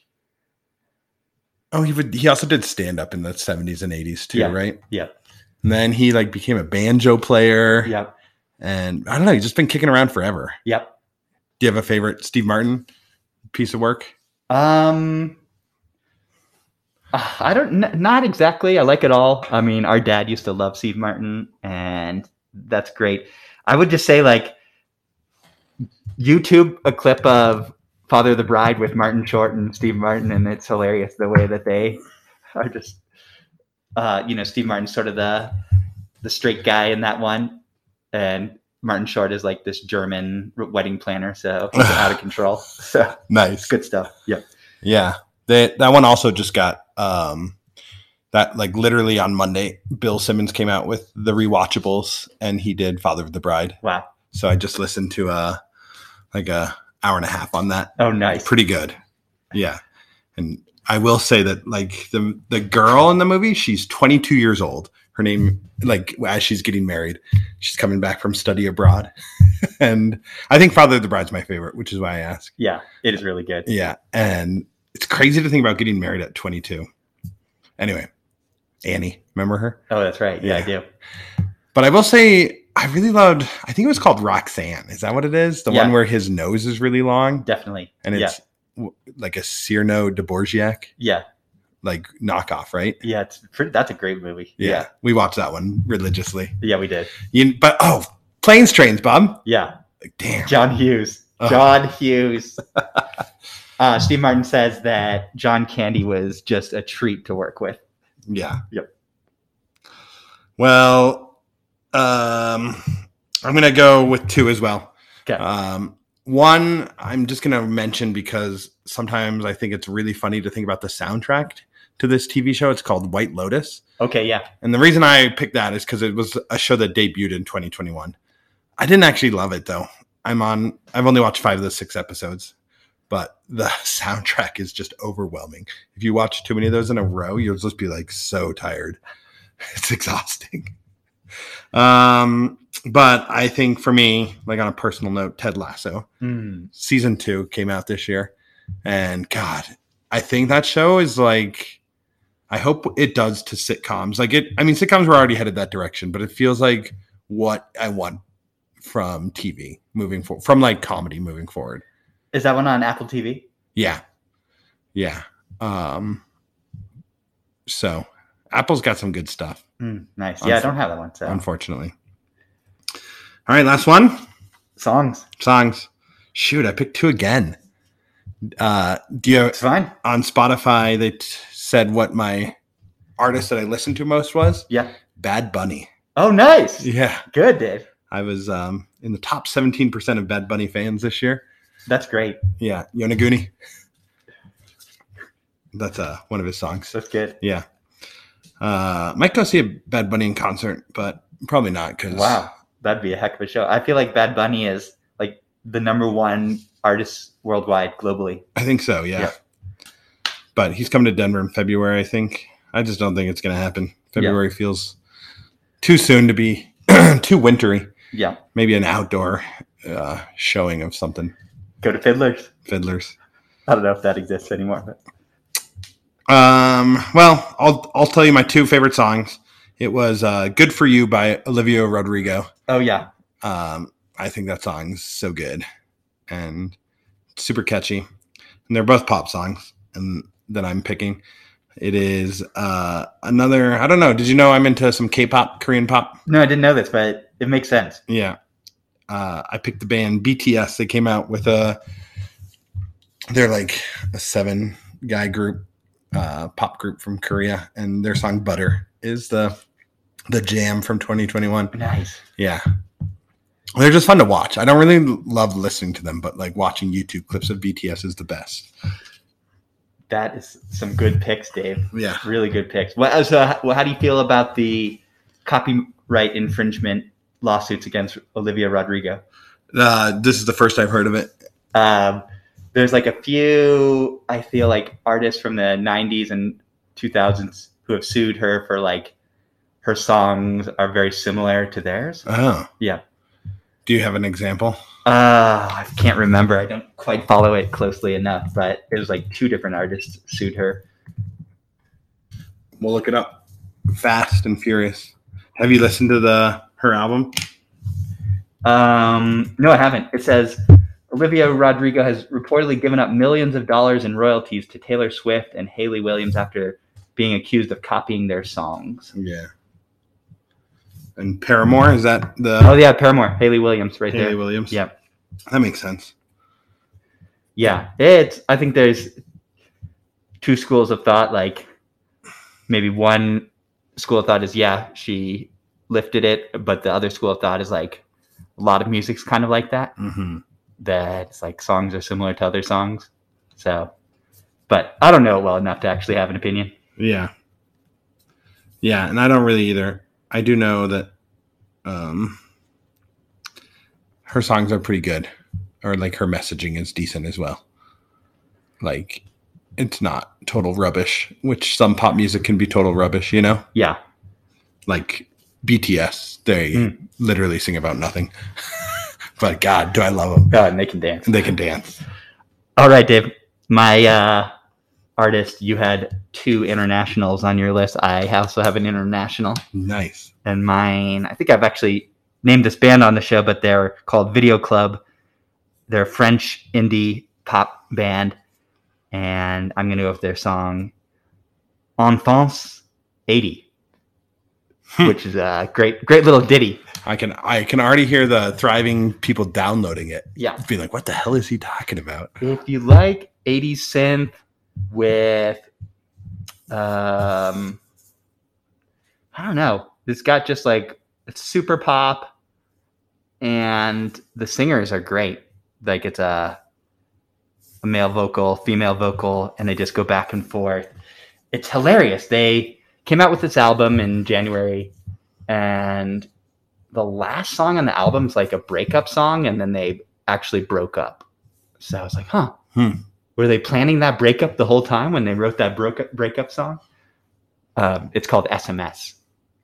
Speaker 5: oh, he would. He also did stand up in the seventies and eighties too,
Speaker 7: Yeah.
Speaker 5: right?
Speaker 7: Yep.
Speaker 5: And then he like became a banjo player,
Speaker 7: Yep.
Speaker 5: and I don't know. He's just been kicking around forever.
Speaker 7: Yep.
Speaker 5: Do you have a favorite Steve Martin piece of work?
Speaker 7: Um, uh, I don't, n- not exactly. I like it all. I mean, our dad used to love Steve Martin, and that's great. I would just say, like, YouTube a clip of Father of the Bride with Martin Short and Steve Martin, and it's hilarious the way that they are just, uh, you know, Steve Martin's sort of the the straight guy in that one, and Martin Short is like this German wedding planner, so he's out of control. So
Speaker 5: Nice.
Speaker 7: good stuff. Yeah.
Speaker 5: Yeah. That that one also just got um that like literally on Monday, Bill Simmons came out with the rewatchables and he did Father of the Bride.
Speaker 7: Wow.
Speaker 5: So I just listened to uh like a hour and a half on that.
Speaker 7: Oh, nice.
Speaker 5: Pretty good. Yeah. And I will say that like the the girl in the movie, she's 22 years old. Her name like as she's getting married, she's coming back from study abroad. and I think Father of the Bride's my favorite, which is why I ask.
Speaker 7: Yeah, it is really good.
Speaker 5: Yeah. And it's crazy to think about getting married at 22. Anyway, Annie, remember her?
Speaker 7: Oh, that's right. Yeah, I
Speaker 5: Yeah.
Speaker 7: do.
Speaker 5: But I will say, I really loved. I think it was called Roxanne. Is that what it is? The one
Speaker 7: Yeah.
Speaker 5: where his nose is really long
Speaker 7: Definitely.
Speaker 5: and
Speaker 7: yeah,
Speaker 5: it's w like a Cyrano de Borgiac
Speaker 7: yeah,
Speaker 5: like knockoff, right?
Speaker 7: yeah. It's pretty, that's a great movie.
Speaker 5: we watched that one religiously.
Speaker 7: yeah, we did.
Speaker 5: You, but oh, planes, trains, Bob.
Speaker 7: Yeah,
Speaker 5: Like, damn.
Speaker 7: John Hughes.
Speaker 5: Ugh.
Speaker 7: John Hughes. uh, Steve Martin says that John Candy was just a treat to work with.
Speaker 5: Yeah.
Speaker 7: Yep.
Speaker 5: Well, um, I'm gonna go with two as well.
Speaker 7: Okay.
Speaker 5: Um, one I'm just gonna mention because sometimes I think it's really funny to think about the soundtrack to this TV show. It's called White Lotus,
Speaker 7: Okay, yeah,
Speaker 5: and the reason I picked that is because it was a show that debuted in 2021. I didn't actually love it though. I'm on. I've only watched five of the six episodes, but the soundtrack is just overwhelming. If you watch too many of those in a row, you'll just be like so tired. It's exhausting. Um, but I think for me, like on a personal note, Ted Lasso
Speaker 7: Mm,
Speaker 5: season two came out this year, and God, I think that show is like. I hope it does to sitcoms. Like it, I mean, sitcoms were already headed that direction, but it feels like what I want from TV moving forward, from like comedy moving forward.
Speaker 7: is that one on Apple TV?
Speaker 5: Yeah, yeah. Um, so Apple's got some good stuff,
Speaker 7: Mm, nice. Yeah, I
Speaker 5: Unf-
Speaker 7: don't have that one. So
Speaker 5: unfortunately. All right, last one.
Speaker 7: songs.
Speaker 5: Songs. Shoot, I picked two again. Uh, do you
Speaker 7: It's fine.
Speaker 5: on Spotify? They t- said what my artist that I listened to most was
Speaker 7: Yeah.
Speaker 5: Bad Bunny.
Speaker 7: Oh, nice.
Speaker 5: Yeah.
Speaker 7: Good, Dave.
Speaker 5: I was um, in the top 17% of Bad Bunny fans this year.
Speaker 7: That's great.
Speaker 5: Yeah, Yonaguni. That's uh, one of his songs.
Speaker 7: That's good.
Speaker 5: Yeah. Uh, might go see a Bad Bunny in concert, but probably not because
Speaker 7: Wow, that'd be a heck of a show. I feel like Bad Bunny is like the number one artist worldwide, globally.
Speaker 5: I think so. Yeah.
Speaker 7: Yeah.
Speaker 5: But he's coming to Denver in February, I think. I just don't think it's going to happen. February feels too soon to be too wintry.
Speaker 7: Yeah,
Speaker 5: Maybe an outdoor uh, showing of something.
Speaker 7: go to Fiddlers.
Speaker 5: Fiddlers.
Speaker 7: I don't know if that exists anymore, but
Speaker 5: Um, well, I'll I'll tell you my two favorite songs. It was uh, "Good for You" by Olivia Rodrigo.
Speaker 7: oh yeah,
Speaker 5: Um, I think that song's so good and super catchy. And they're both pop songs, and that I'm picking. It is uh, another. I don't know. Did you know I'm into some K-pop, Korean pop?
Speaker 7: no, I didn't know this, but it makes sense.
Speaker 5: Yeah. Uh, I picked the band BTS. They came out with a. They're like a seven guy group, uh, pop group from Korea, and their song "Butter" is the the jam from 2021.
Speaker 7: Nice.
Speaker 5: Yeah. They're just fun to watch. I don't really love listening to them, but like watching YouTube clips of BTS is the best.
Speaker 7: That is some good picks, Dave.
Speaker 5: Yeah.
Speaker 7: Really good picks. Well, uh, so h- well, how do you feel about the copyright infringement lawsuits against Olivia Rodrigo?
Speaker 5: Uh, this is the first I've heard of it.
Speaker 7: Um, there's like a few, I feel like artists from the 90s and 2000s who have sued her for like her songs are very similar to theirs.
Speaker 5: Oh.
Speaker 7: Yeah.
Speaker 5: Do you have an example?
Speaker 7: Uh, I can't remember. I don't quite follow it closely enough, but it was like two different artists sued her.
Speaker 5: We'll look it up. Fast and Furious. Have you listened to the her album?
Speaker 7: Um, no, I haven't. It says Olivia Rodrigo has reportedly given up millions of dollars in royalties to Taylor Swift and Haley Williams after being accused of copying their songs.
Speaker 5: Yeah. And Paramore is that the
Speaker 7: Oh yeah, Paramore, Haley Williams, Oh, right
Speaker 5: Haley
Speaker 7: there.
Speaker 5: Williams?
Speaker 7: Yeah,
Speaker 5: That makes sense.
Speaker 7: yeah. It's. I think there's two schools of thought. Like maybe one school of thought is yeah, she lifted it, but the other school of thought is like a lot of music's kind of like that.
Speaker 5: Mm-hmm.
Speaker 7: that it's like songs are similar to other songs. So, but I don't know it well enough to actually have an opinion.
Speaker 5: Yeah. Yeah, and I don't really either. I do know that um her songs are pretty good. or like her messaging is decent as well. Like it's not total rubbish, which some pop music can be total rubbish, you know?
Speaker 7: Yeah.
Speaker 5: Like BTS, they literally sing about nothing. but God, do I love them.
Speaker 7: God, and they can dance.
Speaker 5: They can dance.
Speaker 7: All right, Dave. My uh, artist, you had two internationals on your list. I also have an international,
Speaker 5: Nice.
Speaker 7: and mine. I think I've actually named this band on the show, but they're called Video Club. They're a French indie pop band, and I'm going to go with their song "Enfance '80,"
Speaker 5: Hmm.
Speaker 7: which is a great, great little ditty.
Speaker 5: I can I can already hear the thriving people downloading it.
Speaker 7: Yeah.
Speaker 5: Being like, what the hell is he talking about?
Speaker 7: if you like 80s synth with um i don't know it's got just like it's super pop and the singers are great like it's a, a male vocal female vocal and they just go back and forth it's hilarious they came out with this album in january and the last song on the album's like a breakup song and then they actually broke up so I was like, huh.
Speaker 5: Hmm.
Speaker 7: Were they planning that breakup the whole time when they wrote that breakup breakup song? Um, it's called SMS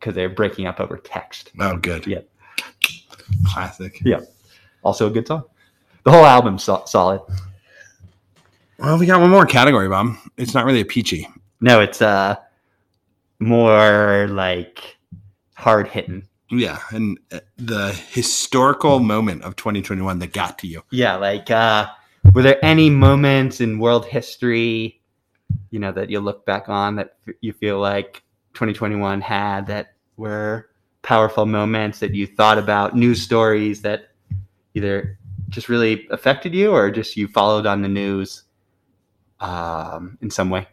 Speaker 7: because they're breaking up over text.
Speaker 5: Oh good.
Speaker 7: Yeah.
Speaker 5: Classic.
Speaker 7: Also a good song. The whole album's so- solid.
Speaker 5: Well, we got one more category, Bob. It's not really a peachy.
Speaker 7: No, it's uh more like hard hitting.
Speaker 5: Yeah, and uh, the historical moment of 2021 that got to you.
Speaker 7: Yeah, like uh were there any moments in world history, you know, that you look back on that f- you feel like 2021 had that were powerful moments that you thought about, news stories that either just really affected you or just you followed on the news um, in some way?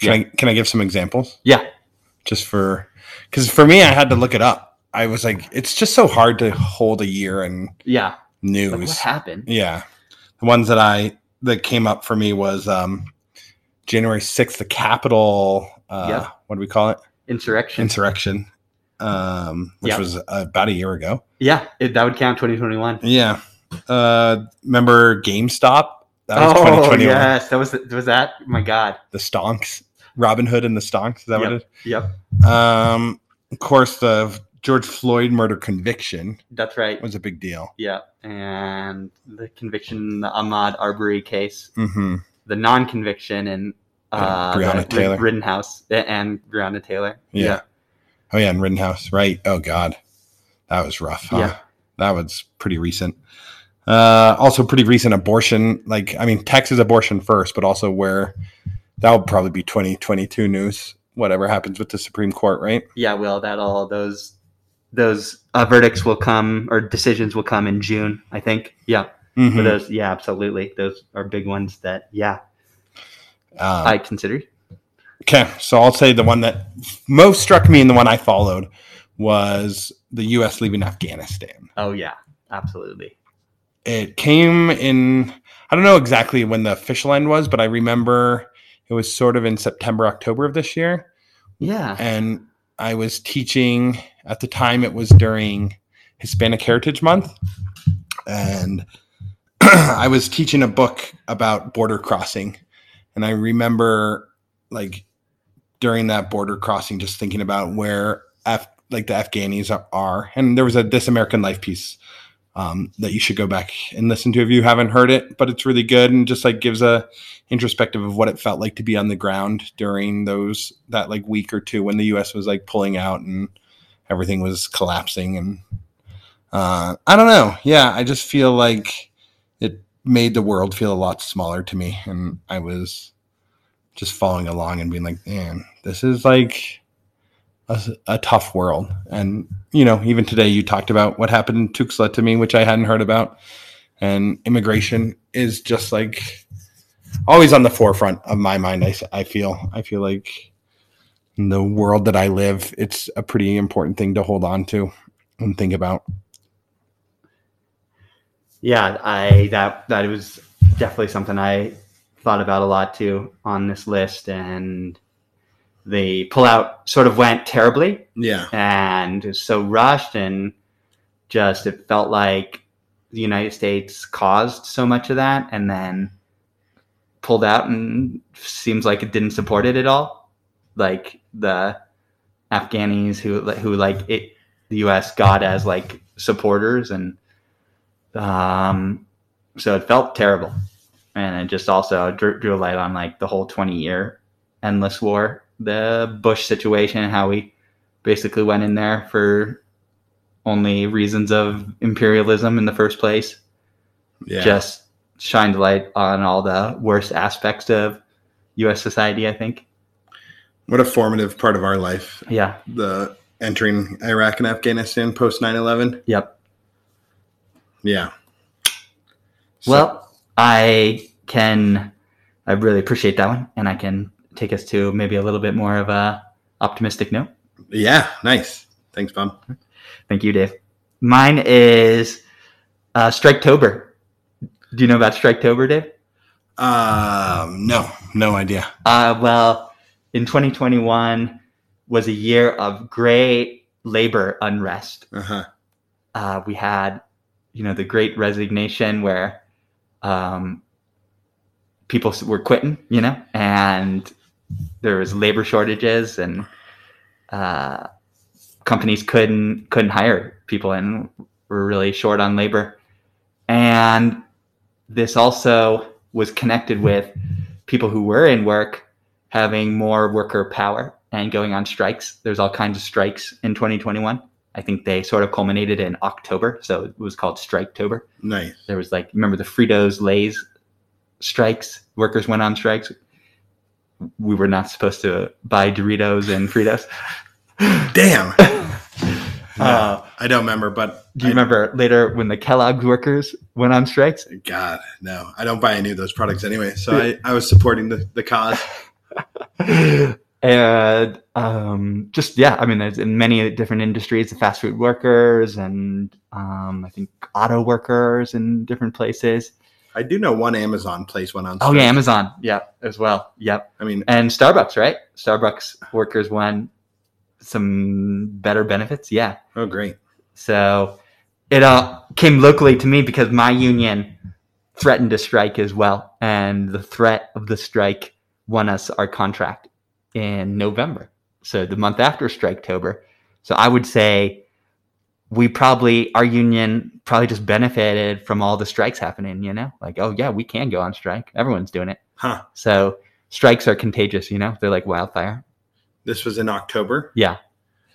Speaker 5: Can, I, can I give some examples?
Speaker 7: Yeah.
Speaker 5: Just for, because for me, I had to look it up. I was like, it's just so hard to hold a year in
Speaker 7: Yeah. Like,
Speaker 5: news.
Speaker 7: what happened?
Speaker 5: yeah. The ones that I, that came up for me was um, January 6th, the Capitol, uh,
Speaker 7: Yeah.
Speaker 5: what do we call it?
Speaker 7: Insurrection.
Speaker 5: Insurrection, um, which
Speaker 7: Yeah.
Speaker 5: was about a year ago.
Speaker 7: yeah, it, that would count 2021.
Speaker 5: Yeah. Uh, remember GameStop? That was
Speaker 7: oh,
Speaker 5: 2021.
Speaker 7: yes. That was, was that? my God.
Speaker 5: the stonks, Robin Hood and the stonks. Is that what it
Speaker 7: Yep.
Speaker 5: is? Um, of course, the George Floyd murder conviction
Speaker 7: That's right.
Speaker 5: was a big deal.
Speaker 7: Yeah, and the conviction in the Ahmad Arbery case,
Speaker 5: Mm-hmm.
Speaker 7: the non-conviction in uh,
Speaker 5: Yeah, Breonna
Speaker 7: the Ri-
Speaker 5: Taylor.
Speaker 7: Rittenhouse uh, and Breonna Taylor.
Speaker 5: Yeah. Oh yeah, and Rittenhouse, right? Oh god, that was rough. Huh?
Speaker 7: Yeah.
Speaker 5: that was pretty recent. Uh, also, pretty recent abortion. Like, I mean, Texas abortion first, but also where that would probably be 2022 news. Whatever happens with the Supreme Court, right?
Speaker 7: yeah. Well, that all those those uh, verdicts will come or decisions will come in June, I think. Yeah,
Speaker 5: Mhm.
Speaker 7: but those, yeah, absolutely. Those are big ones that, yeah,
Speaker 5: Um,
Speaker 7: I considered.
Speaker 5: Okay, so I'll say the one that most struck me and the one I followed was the U.S. leaving Afghanistan.
Speaker 7: Oh yeah, absolutely.
Speaker 5: It came in, I don't know exactly when the official end was, but I remember it was sort of in September, October of this year.
Speaker 7: Yeah.
Speaker 5: And I was teaching at the time, it was during Hispanic Heritage Month. And I was teaching a book about border crossing. And I remember like during that border crossing, just thinking about where Af- like the Afghanis are, are. And there was a This American Life piece um, that you should go back and listen to if you haven't heard it, but it's really good and just like gives a introspective of what it felt like to be on the ground during those that like week or two when the U.S. was like pulling out and everything was collapsing. And uh, I don't know. Yeah, I just feel like it made the world feel a lot smaller to me, and I was just following along and being like, man, this is like a, a tough world. And, you know, even today you talked about what happened in Tuxla to me, which I hadn't heard about. And immigration is just like always on the forefront of my mind. I, s- I feel, I feel like in the world that I live, it's a pretty important thing to hold on to and think about.
Speaker 7: Yeah, I that that was definitely something I thought about a lot too on this list, and the pullout sort of went terribly,
Speaker 5: Yeah.
Speaker 7: and it was so rushed, and just it felt like the United States caused so much of that and then pulled out and seems like it didn't support it at all. Like the Afghanis who who like it, the U.S. got as like supporters and um, so it felt terrible. And it just also drew, drew a light on like the whole 20 year endless war, the Bush situation, how we basically went in there for only reasons of imperialism in the first place.
Speaker 5: Yeah.
Speaker 7: Just shined a light on all the worst aspects of U.S. society, I think.
Speaker 5: what a formative part of our life.
Speaker 7: Yeah.
Speaker 5: The entering Iraq and Afghanistan post 9 11.
Speaker 7: Yep.
Speaker 5: Yeah. So-
Speaker 7: Well, I can. I really appreciate that one, and I can take us to maybe a little bit more of a optimistic note.
Speaker 5: yeah. Nice. Thanks, Bob.
Speaker 7: Thank you, Dave. Mine is uh, Striketober. Do you know about Striketober, Dave?
Speaker 5: Um, no, no idea.
Speaker 7: Uh, well, in 2021 was a year of great labor unrest
Speaker 5: Uh huh.
Speaker 7: uh, we had, you know, the Great Resignation, where um, people s- were quitting, you know, and there was labor shortages, and uh, companies couldn't couldn't hire people, and were really short on labor. And this also was connected with people who were in work having more worker power and going on strikes. There's all kinds of strikes in 2021. I think they sort of culminated in October, so it was called Striketober.
Speaker 5: Nice.
Speaker 7: There was like, remember the Fritos Lay's strikes? Workers went on strikes. We were not supposed to buy Doritos and Fritos.
Speaker 5: Damn. No,
Speaker 7: Uh,
Speaker 5: I don't remember, but
Speaker 7: Do
Speaker 5: I-
Speaker 7: you remember later when the Kellogg's workers went on strikes?
Speaker 5: God, no. I don't buy any of those products anyway. So I, I was supporting the, the cause.
Speaker 7: and um, just yeah, I mean, there's in many different industries, the fast food workers and um, I think auto workers in different places.
Speaker 5: I do know one Amazon place went on.
Speaker 7: Oh
Speaker 5: strike.
Speaker 7: yeah, Amazon, yeah, as well, yep,
Speaker 5: I mean,
Speaker 7: and Starbucks, right? Starbucks workers won some better benefits, yeah.
Speaker 5: oh great.
Speaker 7: So it uh, came locally to me because my union threatened to strike as well. And the threat of the strike won us our contract in November. So the month after Striketober. So I would say we probably, our union probably just benefited from all the strikes happening, you know? Like, oh, yeah, we can go on strike. Everyone's doing it.
Speaker 5: Huh.
Speaker 7: So strikes are contagious, you know? They're like wildfire.
Speaker 5: This was in October.
Speaker 7: Yeah.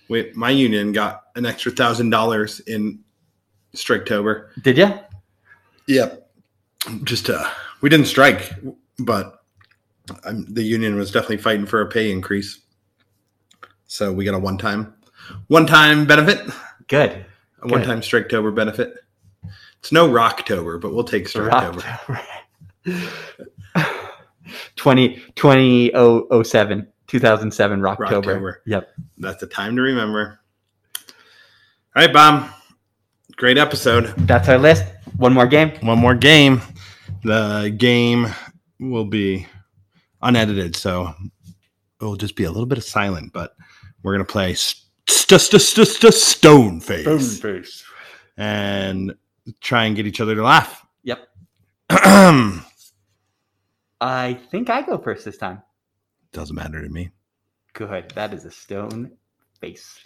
Speaker 5: We, my union got an extra thousand dollars in Striketober.
Speaker 7: Did you?
Speaker 5: Yep. Just uh, we didn't strike, but um, the union was definitely fighting for a pay increase. So we got a one-time, one-time benefit,
Speaker 7: Good.
Speaker 5: a one-time Striketober benefit. It's no Rocktober, but we'll take Striketober.
Speaker 7: Rocktober. 20, 2007, 2007 Rocktober.
Speaker 5: Rocktober.
Speaker 7: Yep.
Speaker 5: That's the time to remember. All right, Bob. Great episode.
Speaker 7: That's our list. One more game.
Speaker 5: One more game. The game will be unedited, so it'll just be a little bit of silent, but we're going to play st- st- st- st- st- Stone Face
Speaker 7: face.
Speaker 5: and try and get each other to laugh.
Speaker 7: Yep.
Speaker 5: Doesn't
Speaker 7: I think I go first this time.
Speaker 5: matter to me.
Speaker 7: Good. That is a stone face.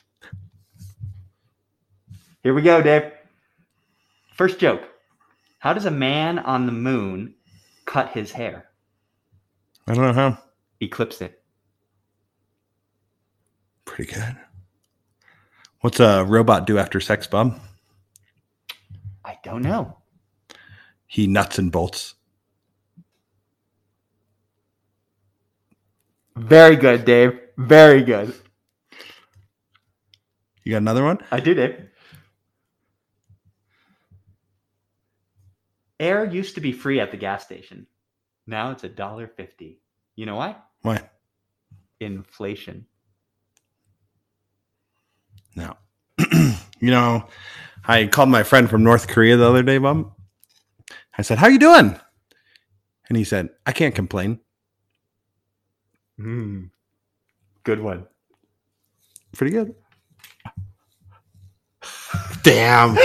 Speaker 7: Here we go, Dave. First joke. How does a man on the moon cut his hair?
Speaker 5: I don't know how.
Speaker 7: Eclipse it.
Speaker 5: Pretty good. What's a robot do after sex, Bob?
Speaker 7: I don't know.
Speaker 5: He nuts and bolts.
Speaker 7: Very good, Dave. Very good.
Speaker 5: You got another one?
Speaker 7: I did it. Air used to be free at the gas station. Now it's a dollar fifty. You know why?
Speaker 5: Why?
Speaker 7: Inflation.
Speaker 5: No. you know, I called my friend from North Korea the other day, Mom. I said, How you doing? And he said, I can't complain.
Speaker 7: Hmm. Good one.
Speaker 5: Pretty good. Damn.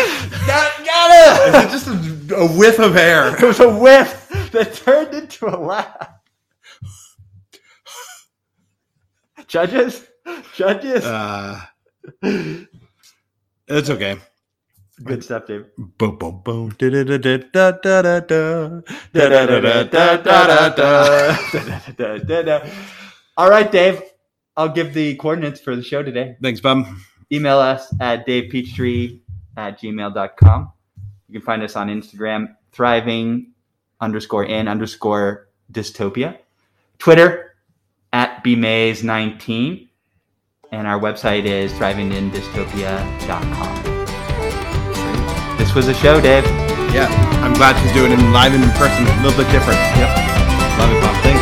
Speaker 7: Got, got
Speaker 5: Is it just a, a whiff of air?
Speaker 7: It was a whiff that turned into a laugh. Judges, judges,
Speaker 5: Uh, it's okay.
Speaker 7: good stuff, Dave.
Speaker 5: Boom, boom, boom.
Speaker 7: All right, Dave. I'll give the coordinates for the show today.
Speaker 5: Thanks, bub.
Speaker 7: Email us at davepeachtree at gmail.com. You can find us on Instagram, thriving underscore in underscore dystopia. Twitter at bmaze19. And our website is thrivingindystopia.com. This was a show, Dave.
Speaker 5: Yeah, I'm glad to do it in live and in person. A little bit different. Yep. Love it, Bob. Thanks.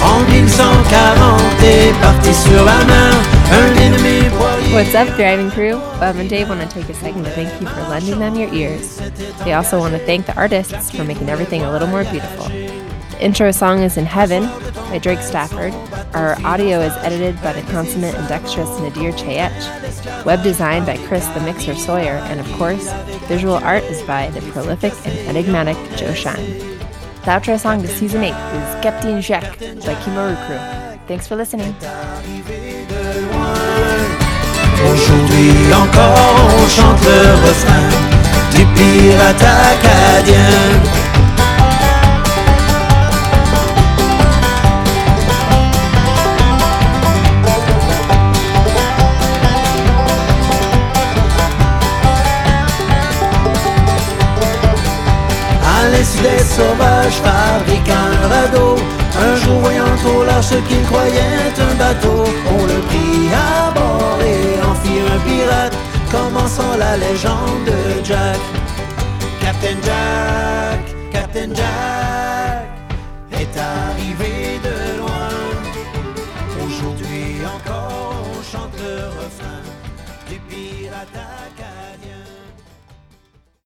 Speaker 8: En 1140 est parti sur la mer, un ennemi broyé.
Speaker 9: What's up, Thriving Crew? Bob and Dave want to take a second to thank you for lending them your ears. They also want to thank the artists for making everything a little more beautiful. The intro song is In Heaven by Drake Stafford. Our audio is edited by the consummate and dexterous Nadir Chayech. Web design by Chris the Mixer Sawyer. And of course, visual art is by the prolific and enigmatic Joe Shine. The outro song to season 8 is Captain Jack by Kimaru Crew. Thanks for listening.
Speaker 8: Aujourd'hui encore, on chante le refrain du pirate acadien. À l'est des sauvages fabrique un radeau Un jour voyant au large ce qu'il croyait être un bateau On le prit à bord et en fit un pirate Commençant la légende de Jack Captain Jack, Captain Jack Est arrivé de loin Aujourd'hui encore on chante le refrain Du pirate à